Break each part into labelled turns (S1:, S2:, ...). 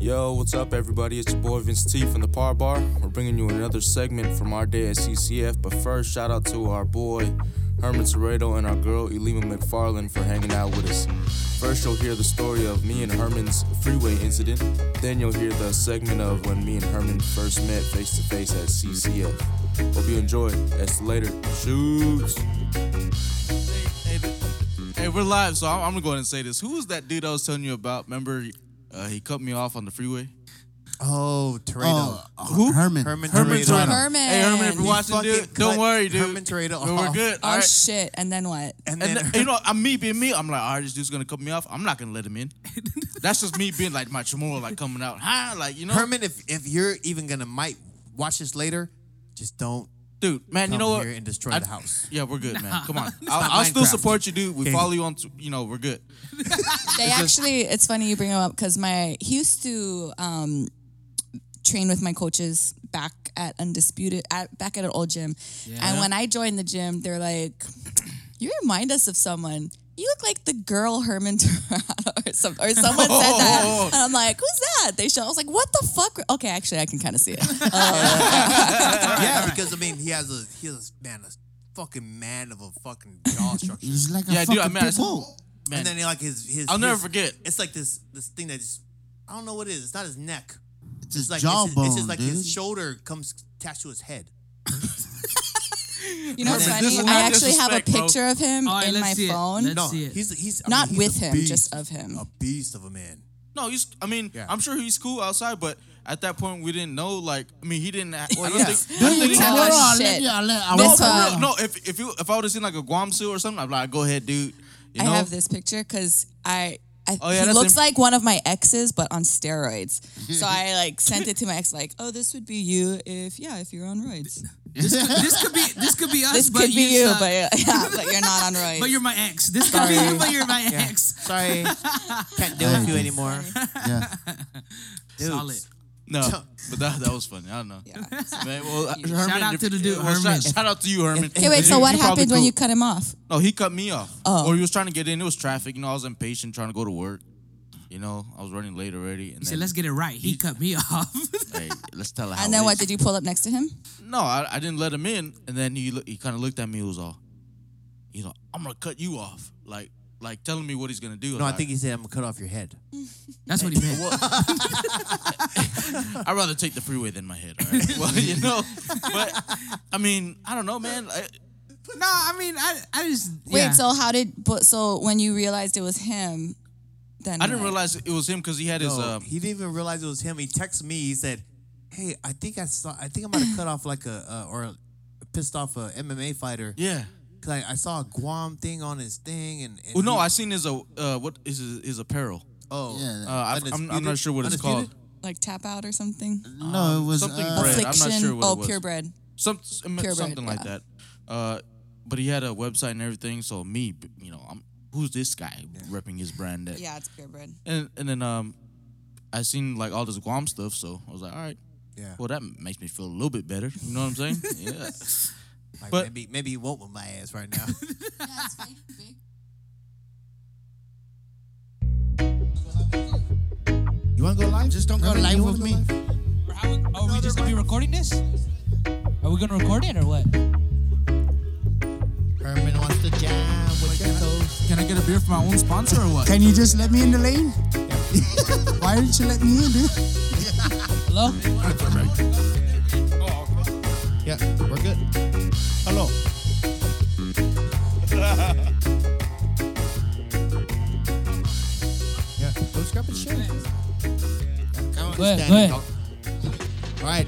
S1: Yo, what's up, everybody? It's your boy Vince T from the Par Bar. We're bringing you another segment from our day at CCF. But first, shout out to our boy Herman Toredo and our girl Elima McFarland for hanging out with us. First, you'll hear the story of me and Herman's freeway incident. Then, you'll hear the segment of when me and Herman first met face to face at CCF. Hope you enjoy. That's later. Shoots.
S2: Hey, th- hey, we're live, so I'm, I'm gonna go ahead and say this. Who was that dude I was telling you about? Remember, uh, he cut me off on the freeway.
S3: Oh, Torado.
S2: Uh, who?
S3: Herman.
S4: Herman
S2: Herman
S4: Torredo.
S2: Torredo.
S5: Herman.
S2: Hey, Herman, if you're
S5: He
S2: watching,
S4: fucking
S2: dude, don't
S4: cut
S2: worry, dude.
S4: Herman Torredo
S2: We're- We're
S4: off.
S2: good.
S5: Oh
S2: All right.
S5: shit! And then what?
S4: And
S2: And
S4: then,
S2: th- you know, I'm me being me. I'm like, all right, this dude's gonna cut me off. I'm not gonna let him in. That's just me being like my chamorro, like coming out, hi, like you know,
S4: Herman, if if you're even gonna might watch this later, just don't
S2: dude, man.
S4: come
S2: you know what?
S4: here and destroy
S2: I-
S4: the house.
S2: Yeah, we're good, man. Come on, I'll, I'll still
S4: Minecraft.
S2: support you, dude. We
S4: Okay.
S2: follow you on, t- you know, we're good.
S5: They actually, it's funny you bring him up because my he used to um, train with my coaches back at Undisputed, at, back at an old gym. And when I joined the gym, they're like, "You remind us of someone." You look like the girl Herman Torado or some, or someone said
S2: Oh.
S5: that. And I'm like, who's that? They show. I was like, what the fuck? Okay, actually, I can kind of see it. Uh,
S4: yeah, because I mean, he has a he has a, man a fucking man of a fucking jaw structure,
S3: He's like a
S2: Yeah,
S3: fucking
S2: dude, I mean, I
S3: pit bull.
S2: Man,
S4: and then he, like his his
S2: I'll never
S4: his-
S2: forget.
S4: It's like this this thing that just I don't know what it is. It's not his neck.
S3: It's
S4: It's
S3: his
S4: like it's,
S3: jawbone,
S4: his, it's just like
S3: dude.
S4: his shoulder comes attached to his head.
S5: You know what's
S2: This
S5: funny?
S2: is
S5: I
S2: not
S5: actually have a
S2: disrespect, bro.
S5: picture of him
S6: All right,
S5: in
S6: let's
S5: my
S6: see it.
S5: phone.
S6: Let's-
S4: No,
S6: see it.
S4: he's he's I
S5: Not
S4: mean, he's
S5: with
S4: a
S5: him,
S4: beast.
S5: just of him.
S4: a beast of a man.
S2: No, he's. I mean, I'm sure he's cool outside, but at that point we didn't know. Like, I mean, he didn't. Well, I don't
S4: yeah.
S2: think. I
S3: Dude,
S2: don't think
S3: you
S2: he
S5: Holy
S3: know
S2: had,
S5: Oh,
S3: what?
S2: like,
S3: I'll
S5: shit.
S3: let you- I'll let- I
S2: no,
S5: This
S3: won't-
S2: Oh, for
S5: one.
S2: real. No, if if you if I would have seen like a Guam suit or something, I'd be like, go ahead, dude. You know?
S5: I have this picture because I. I,
S2: Oh, yeah,
S5: he
S2: that's
S5: looks
S2: imp-
S5: like one of my exes, but on steroids. so I like sent it to my ex, like, "Oh, this would be you if yeah, if you're on roids.
S6: this could be this could be us.
S5: This
S6: but
S5: could be
S6: you,
S5: you,
S6: suck.
S5: but yeah, yeah, but you're not on roids."
S6: but you're my ex. This could be you, but you're my ex.
S4: Sorry, can't deal with you anymore.
S3: Yeah.
S4: Dude,
S6: Solid.
S2: no, but that that was funny. I don't know.
S5: Yeah.
S2: Man, well,
S5: Shout
S2: Herman,
S6: out
S2: if-
S6: to the dude,
S2: well, shout-
S6: Herman.
S2: Shout, out to you, Herman.
S5: Okay, wait. So
S2: You-
S5: what
S2: you probably
S5: happened when
S2: cool.
S5: you cut him off?
S2: No, he cut me off.
S5: Oh.
S2: Or he was trying to get in. It was traffic. You know, I was impatient, trying to go to work. You know, I was running late already. And
S6: He
S2: then,
S6: said, "Let's get it right." He cut me off.
S2: hey, let's tell her. how
S5: And
S2: it
S5: then what
S2: is.
S5: did you pull up next to him?
S2: No, I, I didn't let him in. And then he loo- he kind of looked at me. He was all, you know, I'm gonna cut you off, like like telling me what he's gonna do.
S4: no, I think he said I'm gonna cut off your head.
S6: That's what he meant.
S2: I'd rather take the freeway than my head. All right? well, you know, but I mean, I don't know, man. I,
S6: no, I mean, I, I just yeah.
S5: Wait. So how did? But so when you realized it was him, then
S2: I didn't
S5: what?
S2: realize it was him because he had his.
S4: No,
S3: um,
S2: Uh,
S4: he didn't even realize it was him. He texted me. He said, "Hey, I think I saw. I think I might have cut off like a uh, or pissed off a MMA fighter
S2: yeah.
S4: because I, I saw a Guam thing on his thing and, and
S2: Well, no,
S4: he-
S2: I seen his uh, uh what is his, his apparel.
S4: oh
S3: Yeah.
S2: Uh, I, I'm, I'm not
S4: Undisputed?
S2: sure what it's called.
S4: Undisputed? Um,
S5: like tap out or something.
S3: No, it was
S2: something
S3: uh,
S2: bread. I'm not
S5: Affliction.
S2: sure what it
S5: oh,
S2: was.
S5: purebred.
S2: some some-
S5: Purebred,
S2: something like
S5: yeah.
S2: that. Uh, but he had a website and everything. So me, b- you know, I'm who's this guy repping his brand? At?
S5: Yeah, it's purebred.
S2: And and then um, I seen like all this Guam stuff. So I was like, all right,
S4: Yeah.
S2: well that makes me feel a little bit better. You know what I'm saying? yeah.
S4: Like,
S2: but-
S4: maybe maybe he won't with my ass right now.
S3: You want to go live? Just don't go live with me.
S7: How we- are we just gonna be recording this? Are we gonna record it or what?
S3: Herman wants to jam with your toes.
S6: Can I get a beer from my own sponsor or what?
S3: Can you just let me in the lane? Why didn't you let me in, dude?
S7: Hello?
S3: Yeah, we're good. Hello. yeah, let's grab a chair. Come on,
S7: Go ahead, go ahead.
S3: All right.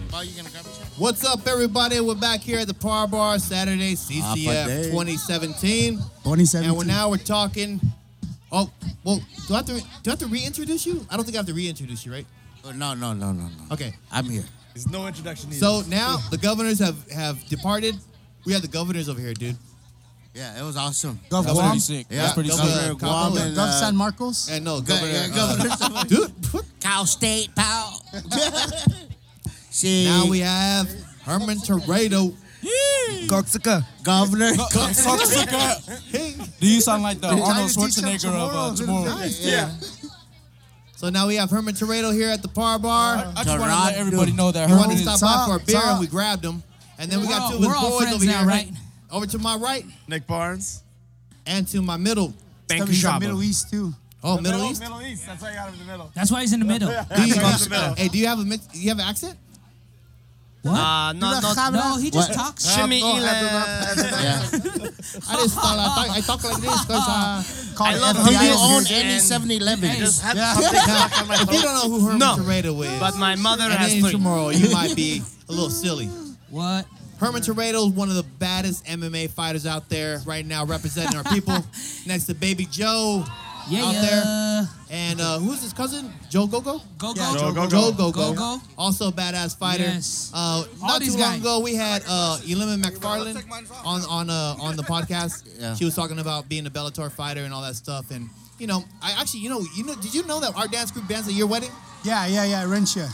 S3: What's up, everybody? We're back here at the Par Bar Saturday, CCF 2017. 2017. And we're now we're talking. Oh, well, do I have to re- do I have to reintroduce you? I don't think I have to reintroduce you, right?
S4: no, no, no, no, no.
S3: Okay.
S4: I'm here.
S8: There's no introduction needed.
S3: So now the governors have have departed. We have the governors over here, dude.
S4: Yeah, it was awesome.
S3: Gov
S2: pretty sick. That's pretty sick.
S3: Governor Guam and, uh, San Marcos. And no, governor, yeah, governor. dude.
S4: Cal State, pal.
S3: Now we have Herman Torrado.
S8: Coxica.
S3: Governor.
S2: Do you sound like the
S3: Arnold Schwarzenegger of, uh, tomorrow.
S8: Yeah.
S3: So now we have Herman Torado here at the Par Bar.
S7: I just wanted to let everybody know that
S3: he wanted
S7: Herman
S3: to
S7: is-
S3: stop by for a
S7: Talk,
S3: beer,
S7: talk.
S3: and we grabbed him. And then we
S7: We're
S3: got
S7: all-
S3: two of his
S7: we're all
S3: boys
S7: friends
S3: over here,
S7: now, right?
S3: Over to my right,
S4: Nick Barnes,
S3: and to my middle,
S4: Thank
S8: He's from Middle East too.
S3: Oh, Middle East.
S8: Middle East. That's why I got him in the middle.
S7: That's why he's in the middle.
S3: Do you,
S4: That's why I'm in the
S3: hey, do you have a mix? You have an accent?
S4: Uh, no, no,
S7: No, he just talks shit.
S4: Shimmy Elan.
S3: I just thought I talk, I talk like this because uh,
S4: I love
S3: Do you
S4: Herman
S3: own
S4: and-
S9: any 7-Eleven?
S4: I just had
S3: Yeah.
S4: something
S3: Now,
S4: stuck on my
S3: if you
S4: throat.
S3: don't know who Herman
S4: No.
S3: Torado is,
S4: But my mother
S3: and
S4: has
S3: then
S4: three.
S3: tomorrow you might be a little silly.
S7: What?
S3: Herman Torado is one of the baddest MMA fighters out there right now, representing our people. Next to Baby Joe,
S7: Yeah,
S3: Out
S7: yeah.
S3: and uh, who's his cousin? Joe Gogo.
S7: Go, go,
S8: Joe
S7: go,
S8: Gogo.
S3: Joe Gogo.
S7: Gogo.
S3: Also a badass fighter.
S7: Yes.
S3: Uh,
S7: All
S3: not too
S7: these
S3: long
S7: guys.
S3: ago, we had uh, Elimin McFarland on on uh, on the podcast.
S9: Yeah.
S3: She was talking about being a Bellator fighter and all that stuff. And you know, I actually, you know, you know, did you know that our dance group danced at your wedding?
S8: Yeah, yeah, yeah. Rentia.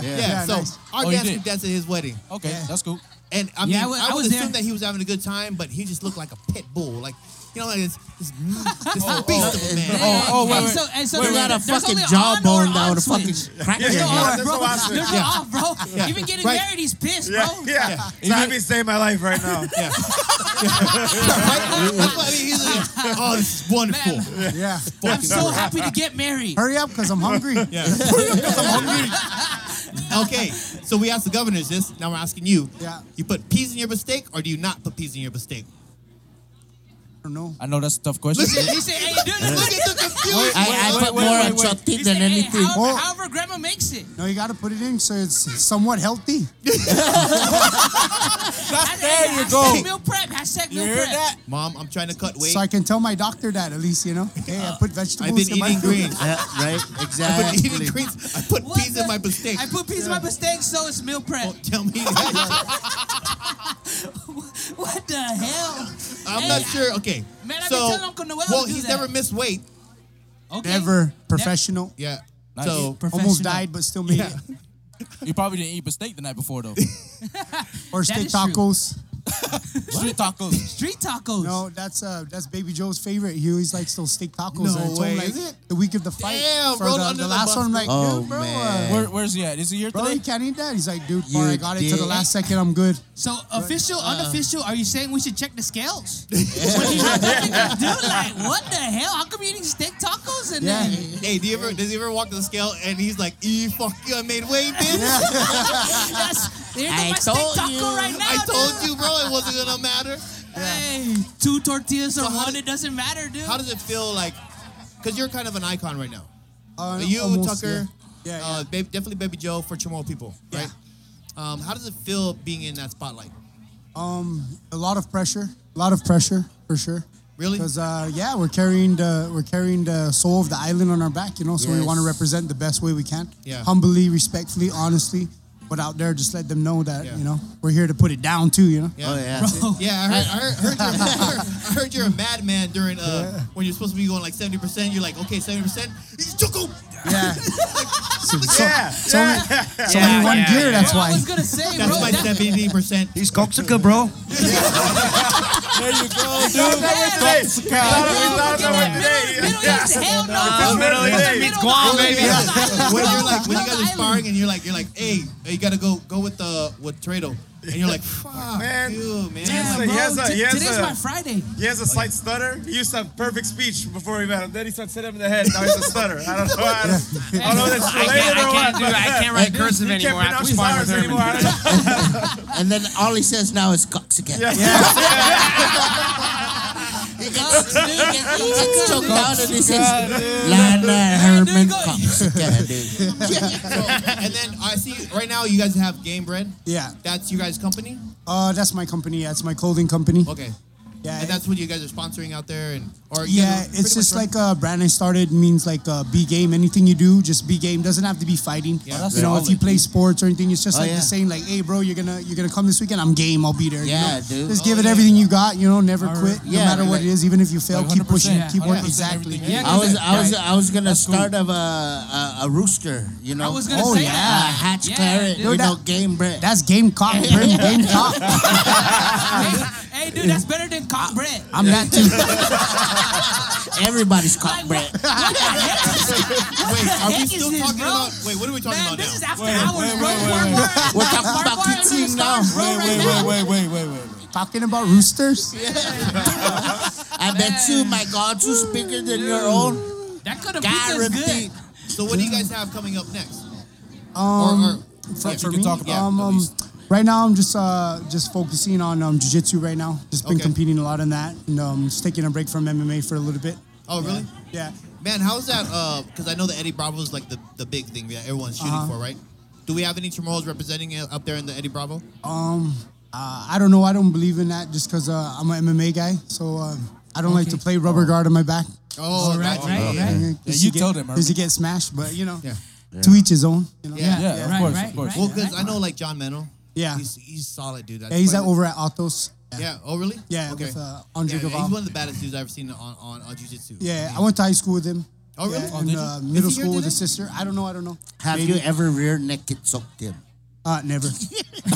S3: yeah.
S8: yeah.
S3: so
S8: nice.
S3: our
S2: Oh, you
S3: dance
S2: did?
S3: group danced at his wedding.
S2: Okay, that's cool.
S3: And I mean,
S7: Oh. Yeah, I
S3: I
S7: wa-
S3: would,
S7: I was
S3: assume
S7: there.
S3: that he was having a good time, but he just looked like a pit bull, like you know, like this, this, this beast of a man.
S7: Oh,
S2: oh, wait,
S7: and
S2: wait.
S7: so, and so
S9: You
S7: there's-
S9: got a
S7: there's
S9: fucking
S7: only on or
S9: jawbone that
S7: off
S9: would fucking
S7: switch.
S9: crack your
S7: There's no
S9: head.
S7: off, bro. There's no off, bro. Even getting
S3: Right.
S7: married, he's pissed, bro.
S8: yeah. So I've been saving my life right now. yeah,
S3: Right? That's what I mean, he's like, oh, this is wonderful.
S7: Man,
S8: yeah.
S7: I'm so happy to get married.
S8: Hurry up, cause I'm hungry. yeah.
S3: Okay, so we asked the governors this. Now we're asking you.
S8: Yeah.
S3: You put peas in your mistake, or do you not put peas in your mistake?
S8: I don't know.
S2: I know that's a tough question.
S7: He said, hey, dude, look
S3: Look
S7: at
S3: at the confusion.
S9: I, I put more on
S7: He
S9: chocolate
S7: said,
S9: than
S7: hey,
S9: anything.
S7: however,
S8: Oh.
S7: however grandma makes it.
S8: No, you gotta put it in so it's somewhat healthy.
S7: There you go. Hashtag meal prep. Hashtag meal prep.
S3: Mom, I'm trying to cut weight.
S8: So I can tell my doctor that at least, you know. Hey, I put vegetables
S3: I've been
S8: in my
S3: eating
S8: food.
S3: greens.
S9: Yeah, right?
S3: I've been eating
S9: Exactly.
S3: greens. I put
S7: What
S3: peas in
S7: the-
S3: my mistake.
S7: I put peas in my mistake, so it's meal prep.
S3: Don't tell me that.
S7: What the hell?
S3: I'm
S7: Hey,
S3: not sure. Okay.
S7: Man, I've been
S3: so,
S7: telling Uncle Noel to
S3: well,
S7: do
S3: he's
S7: that.
S3: never missed weight.
S7: Okay.
S8: Never professional.
S3: Yeah.
S2: Nice.
S3: So,
S8: Almost
S7: Professional.
S8: died, but still made
S3: Yeah.
S8: it.
S2: You probably didn't eat steak the night before though.
S8: Or
S7: That
S8: steak
S7: is true.
S8: tacos.
S2: Street tacos.
S7: Street tacos.
S8: No, that's uh, that's Baby Joe's favorite. He always likes those steak tacos.
S3: No
S8: I told him,
S3: way.
S8: like,
S3: Is it?
S8: The week of the fight.
S3: Damn,
S8: for
S3: roll
S8: the,
S3: under
S8: the
S3: the
S8: last
S3: bus,
S8: one, I'm like,
S9: Oh,
S8: dude, bro,
S9: man.
S8: Uh,
S2: Where, where's he at? Is he here
S8: bro, you
S2: today?
S8: can't eat that. He's like, dude, bro, I
S9: You
S8: got it to the
S9: did.
S8: last second. I'm good.
S7: So official,
S3: Uh.
S7: unofficial. Are you saying we should check the scales? When you have nothing to do, like what the hell? How come you eating steak tacos and
S8: Yeah.
S7: then
S3: hey, do you ever does he ever walk to the scale and he's like, "E fuck you, I made weight, bitch."
S7: that's there go
S9: I
S7: my steak
S9: told
S7: taco
S9: you.
S7: right now.
S3: I told
S7: dude.
S3: you, bro, it wasn't gonna matter.
S7: Hey, two tortillas or
S3: how
S7: one,
S3: did-
S7: it doesn't matter, dude.
S3: How does it feel like? Because you're kind of an icon right now.
S8: Uh,
S3: you,
S8: almost,
S3: Tucker,
S8: Yeah. Yeah,
S3: Uh, babe, definitely Baby Joe for Chamorro people,
S8: Yeah.
S3: right? Um, how does it feel being in that spotlight?
S8: yeah. a lot of pressure. A lot of pressure for sure.
S3: Really?
S8: Because uh, yeah, we're carrying the we're carrying the soul of the island on our back, you know. So we
S9: Yes.
S8: want to represent the best way we can.
S3: Yeah.
S8: Humbly, respectfully, honestly, but out there, just let them know that
S3: Yeah.
S8: you know we're here to put it down too. You know.
S9: Oh, yeah.
S3: Yeah, I heard, I heard, heard, you're, I heard, I heard you're a madman during uh, when you're supposed to be going like 70%. You're like, okay, 70%. Choco!
S8: Yeah. so, so-
S4: Yeah,
S8: so only- it's only one
S4: yeah,
S8: gear,
S4: yeah.
S8: that's
S7: Bro, I
S8: why.
S7: was gonna say,
S3: That's
S7: bro.
S3: my
S7: That's
S3: 70%.
S9: He's coxica, bro.
S7: bad.
S4: thought
S7: Get that middle, middle east, hell no, bro.
S4: Middle
S7: That's the
S4: East,
S7: middle of
S4: Guam,
S7: the
S4: baby.
S7: island.
S3: When you're like, when you guys are
S7: Island.
S3: sparring and you're like, you're like, hey, you gotta go go with the with Trado. And you're like, fuck,
S10: Man.
S3: you, man.
S7: Yeah,
S10: He has
S3: uh,
S7: bro,
S10: a-
S7: t-
S10: he has
S7: Today's
S10: a-
S7: my Friday.
S10: He has a slight stutter. He used to have perfect speech before we met him. Then he started sitting him in the head. Now he's a stutter. I don't know. I don't, I don't know if it's related
S4: I
S10: or
S4: can't
S10: what.
S4: do.
S10: but
S4: I can't write cursive
S10: he can't
S4: anymore. I have
S10: pronounce
S4: to spar with
S10: stars anymore.
S4: Herman.
S10: I don't know.
S9: And then all he says now is coxica.
S10: Yeah.
S9: He gets, he gets, he gets choked out and he says, Lana
S7: there you
S9: Herman
S7: go.
S9: coxica, dude.
S3: And then I see right now you guys have Game Bread.
S8: Yeah.
S3: That's you guys' company.
S8: Uh, that's my company. Yeah, it's my clothing company.
S3: Okay.
S8: Yeah,
S3: And that's what you guys are sponsoring out there, and or you
S8: yeah.
S3: pretty
S8: It's just
S3: much
S8: like a brand I started means like uh, B game. Anything you do, just B game. Doesn't have to be fighting.
S3: Yeah. That's
S8: you know, if you
S2: solid.
S8: play sports or anything, it's just
S9: Oh,
S8: like
S9: yeah.
S8: the saying like, hey, bro, you're gonna you're gonna come this weekend. I'm game. I'll be there. you
S9: Yeah,
S8: know?
S9: dude.
S8: Just
S9: Oh,
S8: give it
S3: yeah.
S8: everything you got. You know, never quit.
S9: Yeah,
S8: no matter what
S9: like-
S8: it is, even if you fail,
S2: Like
S8: keep pushing,
S2: 100%,
S8: keep working.
S2: 100%
S8: Exactly.
S2: everything. Yeah,
S9: I was, I was, I was gonna start of a, a, a rooster, you know.
S7: I was gonna
S8: Oh,
S7: say
S8: yeah.
S9: a
S7: that.
S9: hatch
S7: Yeah,
S9: claret,
S7: dude.
S9: you
S8: Dude,
S9: know,
S8: that-
S9: game bred.
S8: That's game cock, bro. game cock.
S7: Hey, Hey, dude, that's better than cock bread.
S9: I'm not too. Everybody's cock bread.
S3: Wait, are we
S7: heck
S3: still
S7: is this,
S3: talking
S7: bro?
S3: about? Wait, what are we talking about now?
S7: This is after
S3: Wait,
S7: hours,
S3: wait,
S7: bro.
S3: wait,
S7: We're-
S3: wait,
S7: we're-
S3: wait.
S9: We're talking
S7: Bar-
S9: about
S7: bar is in the
S9: poutine now.
S7: stars, bro, right now.
S9: wait, wait, wait, wait. Talking about roosters? I bet you my God's is bigger than your own.
S7: That could have been
S9: Guaranteed.
S7: good.
S3: So what do you guys have coming up next?
S8: Um,
S3: Yeah,
S8: for,
S3: you
S8: for
S3: can
S8: me,
S3: talk about it,
S8: um,
S3: at
S8: um, right now I'm just uh, just focusing on um, jiu-jitsu right now. Just been
S3: Okay.
S8: competing a lot in that, and um, just taking a break from MMA for a little bit.
S3: Oh, really?
S8: Yeah.
S3: Man, how's that? Because I know the Eddie Bravo is like the, the big thing that everyone's shooting
S8: Uh-huh.
S3: for, right? Do we have any Chamorros representing it up there in the Eddie Bravo?
S8: Um, uh, I don't know. I don't believe in that just because uh, I'm an MMA guy, so uh, I don't like to play rubber guard on my back.
S3: Oh,
S8: All
S3: right, right,
S8: Yeah,
S3: right.
S8: yeah,
S3: Yeah,
S8: 'cause
S3: you
S8: get,
S3: told him,
S8: Because you
S3: Irvin.
S8: get smashed, but you know,
S3: Yeah.
S8: to each his own. You know?
S3: Well, because I know like John Meno.
S8: Yeah.
S3: he's, he's solid, dude.
S8: Yeah, he's
S3: That's
S8: at,
S3: probably-
S8: over at Altos.
S3: Yeah. Oh, really?
S8: Yeah,
S3: Okay.
S8: with, uh, Andre
S3: yeah, yeah,
S8: Gaval.
S3: he's one of the baddest dudes I've ever seen on on, on Jiu Jitsu.
S8: Yeah, I went to high school with him.
S3: Oh, really?
S8: Yeah,
S3: Oh,
S8: and,
S3: did you?
S8: uh,
S3: Is he
S8: middle
S3: here
S8: school with
S3: today?
S8: a sister. I don't know. I don't know.
S9: Have
S8: Maybe.
S9: you ever rear naked soaked him?
S8: Uh, never.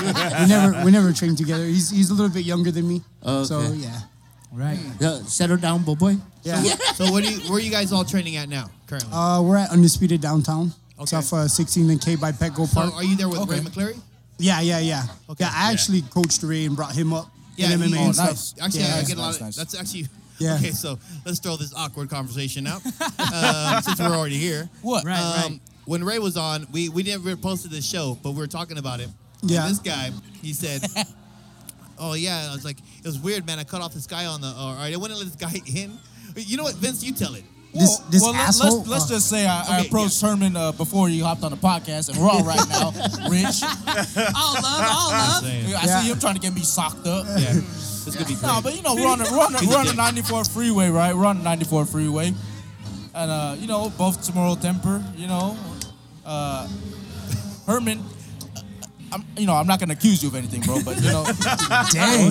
S8: we never we never trained together. He's he's a little bit younger than me. So
S9: Okay.
S8: yeah.
S9: Right. Uh, settle down, boy boy.
S8: Yeah.
S3: so what do you, where are you guys all training at now currently?
S8: Uh, we're at Undisputed Downtown. It's
S3: Okay.
S8: off uh, 16 and K by Petco
S3: so
S8: Park.
S3: are you there with Ray McCleary?
S8: yeah, yeah, yeah. Yeah, I actually coached Ray and brought him up
S3: Yeah,
S8: in MMA
S3: he- oh,
S8: and stuff.
S3: Actually,
S8: yeah,
S3: I get a lot of. That's actually.
S8: Yeah.
S3: Okay, so let's throw this awkward conversation out um, since we're already here.
S2: What?
S6: Right,
S3: Um,
S6: right.
S3: When Ray was on, we we didn't we posted this show, but we were talking about it. And
S8: Yeah.
S3: this guy, he said, "Oh yeah," I was like, "It was weird, man. I cut off this guy on the, or I wouldn't let this guy in." You know what, Vince? You tell it.
S8: This, this
S2: well, let-
S8: asshole.
S2: let's, let's
S8: uh,
S2: just say I, I
S3: Okay,
S2: approached Herman uh, before you hopped on the podcast, and we're all right now, Rich.
S7: All love, all love.
S2: I
S8: Yeah.
S2: see him trying to get me socked up.
S3: Yeah, this could be great.
S2: No, but you know we're on the, we're on the,
S3: He's a
S2: we're on the
S3: dick.
S2: 94 freeway, right? We're on the 94 freeway, and uh, you know both tomorrow temper, you know, uh, Herman. I'm, you know, I'm not gonna accuse you of anything, bro. But you know,
S8: dang.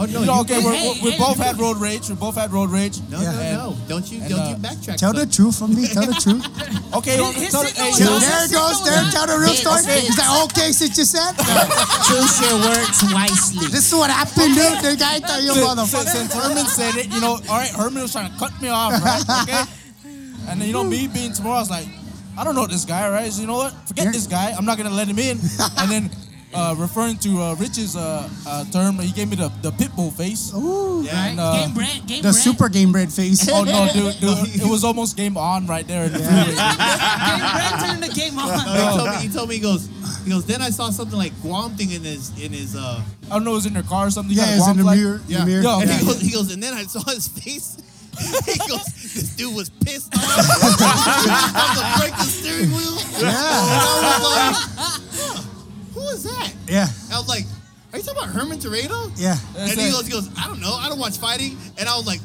S3: Oh no,
S2: you know
S3: you-
S2: okay, we're,
S7: Hey,
S2: we we
S7: hey.
S2: both had road rage. We both had road rage.
S3: no,
S8: Yeah.
S3: no,
S2: And-
S3: no. Don't you
S2: and,
S3: don't
S2: uh,
S3: you backtrack?
S8: Tell the
S3: son.
S8: truth for me. Tell the truth.
S2: Okay,
S7: His-
S2: on-
S7: his
S2: tell-
S7: signal
S2: hey,
S7: was
S2: yo,
S7: on.
S8: there it goes. There, tell the real
S9: Bitch,
S8: story.
S9: bitch.
S8: Is that okay since you said?
S9: Choose your words wisely.
S8: This is what happened, dude. The guy thought you
S2: since,
S8: motherfucker.
S2: since- since Herman said it, you know, all right, Herman was trying to cut me off, right? Okay. And then, you know, me being tomorrow, I was like, I don't know this guy, right? So, you know what? Forget this guy. I'm not going to let him in. And then, uh, referring to uh, Rich's uh, uh, term, he gave me the, the pit bull face.
S3: Yeah.
S2: And, uh,
S7: game bread, game
S8: The
S7: bread.
S8: super game bread face.
S2: oh, no, dude, dude. It was almost game on right there.
S7: game bread turned the game on.
S3: He told me. He told me. He goes. He goes. Then I saw something like Guam thing in his in his. uh
S2: I don't know, it was in their car or something. You got
S8: Yeah, it's in
S2: guam
S8: the
S2: flag.
S8: mirror.
S3: Yeah.
S8: The mirror.
S2: Yo,
S3: And
S2: Yeah.
S3: he, goes, he goes, and then I saw his face. he goes, this dude was pissed off. I'm gonna break the steering wheel.
S8: Yeah.
S3: And I was like, who is that?
S8: Yeah.
S3: And I was like, are you talking about Herman Torado?
S8: Yeah.
S3: And he
S2: it.
S3: goes, he goes, I don't know. I don't watch fighting. And I was like,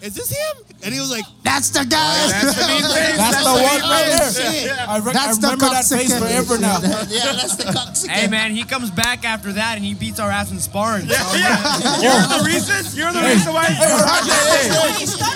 S3: is this him? And he was like,
S8: That's the guy.
S2: That's the one right there. I, rec- I
S8: That's the
S2: remember that
S8: cocksucker.
S2: face forever now.
S9: yeah, that's the cocksucker.
S11: Hey man, he comes back after that and he beats our ass in sparring. So,
S10: You're the reason. You're the reason why.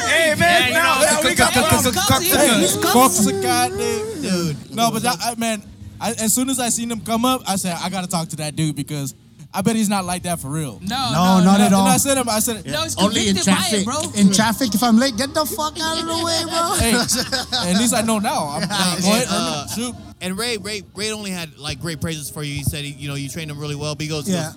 S10: Hey man,
S11: you
S10: now
S11: know,
S10: now we got
S7: He's cussing. He's cussing.
S2: goddamn dude. No, but that, I, man, I, as soon as I seen him come up, I said I gotta talk to that dude because I bet he's not like that for real.
S7: No,
S8: No,
S7: no,
S8: not
S2: and I,
S8: at
S2: and I
S8: all.
S2: said him, I said,
S7: No, he's
S9: Only in
S7: convicted by
S9: traffic.
S7: it, bro.
S8: In traffic, if I'm late, get the fuck out of the way, bro.
S2: hey, at least I know now. I'm, I'm
S3: Yeah,
S2: going,
S3: and, uh,
S2: shoot.
S3: and Ray, Ray, Ray only had like great praises for you. He said, he, you know, you trained him really well. But he goes, he
S8: Yeah.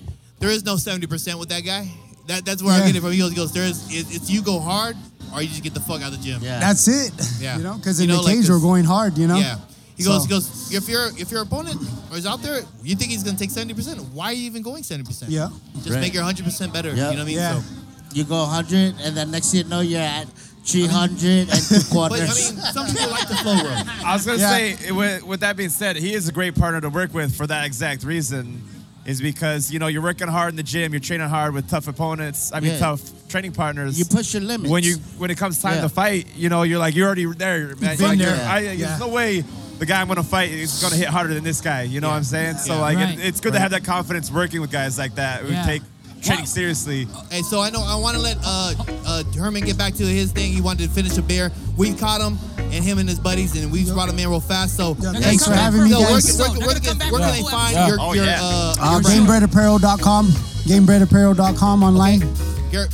S3: goes, there is no 70% with that guy. That, that's where I
S8: Yeah.
S3: get it from. He goes, he goes there is, it, it's you go hard or you just get the fuck out of the gym.
S9: Yeah.
S8: That's it.
S3: Yeah.
S8: You know, because
S3: You
S8: in
S3: know,
S8: the
S3: like
S8: cage
S3: this-
S8: we're going hard. You know.
S3: Yeah. He goes, he
S8: So-
S3: goes, if your if your opponent is out there, you think he's gonna take 70%. Why are you even going 70%?
S8: Yeah.
S3: Just
S9: Right.
S3: make your 100% better. You know
S9: Yeah.
S3: what I mean?
S8: Yeah.
S3: So,
S9: You go 100, and then next thing you know, you're at 300 and two
S3: but I mean,
S9: quarters.
S3: some people like the flow room.
S10: I was gonna
S8: Yeah.
S10: say, it- with, with that being said, he is a great partner to work with for that exact reason, is because you know you're working hard in the gym, you're training hard with tough opponents. I mean,
S9: Yeah.
S10: tough training partners.
S9: you push your limits.
S10: when you when it comes time
S9: Yeah.
S10: to fight, you know you're like you're already there. Man.
S8: Been
S10: Like,
S8: there.
S10: you're- I,
S8: Yeah.
S10: There's no way the guy I'm gonna fight is gonna hit harder than this guy. You know what I'm saying? So like, it-
S7: Right.
S10: it's good to have that confidence working with guys like that who
S7: Yeah.
S10: take training seriously.
S3: Hey, so I know I want to let uh, uh, Herman get back to his thing. He wanted to finish a beer. We caught him. and him and his buddies, and we just brought him in real fast. So
S8: thanks for having me,
S3: Yo, where
S8: guys.
S3: can- Where, can- where can where can they find your
S7: Oh,
S3: your uh,
S8: Uh,
S3: your
S8: GameBreadApparel.com. GameBreadApparel.com online.
S3: Gar-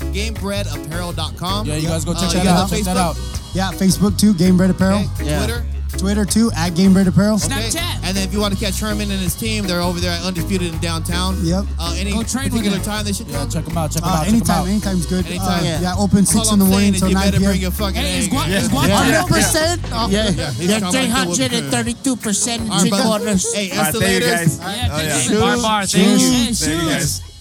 S3: GameBreadApparel.com.
S2: Yeah, you guys go
S3: Uh,
S2: check
S3: you
S2: that
S3: guys
S2: out.
S3: on
S2: Check that
S3: Facebook?
S2: out.
S8: Yeah, Facebook too, Game Bread Apparel.
S3: Yeah. Twitter?
S8: Twitter too, at Game Bread Apparel.
S3: Snapchat. And then if you want to catch Herman and his team, they're over there at Undisputed in downtown. Yep. Uh, any particular time they should
S2: Yeah, check them out. Check them
S8: Uh,
S2: out. check 'em
S8: anytime,
S2: out.
S8: anytime's good.
S3: Anytime.
S8: Uh, yeah, open six in the morning till
S3: you
S8: nine
S3: better
S8: p.m.
S3: bring your fucking
S7: Hey, is
S3: egg.
S7: Guan- is Guan- Yeah. 100% off? Yeah. Yeah, he's Yeah, coming through with 332%
S3: All right,
S7: chicken
S3: brother.
S7: orders.
S3: Hey,
S7: All right, thank you,
S3: escalators.
S7: guys. Yeah, Oh, yeah. thank you. Bar, bar, thank you. Thank you, guys.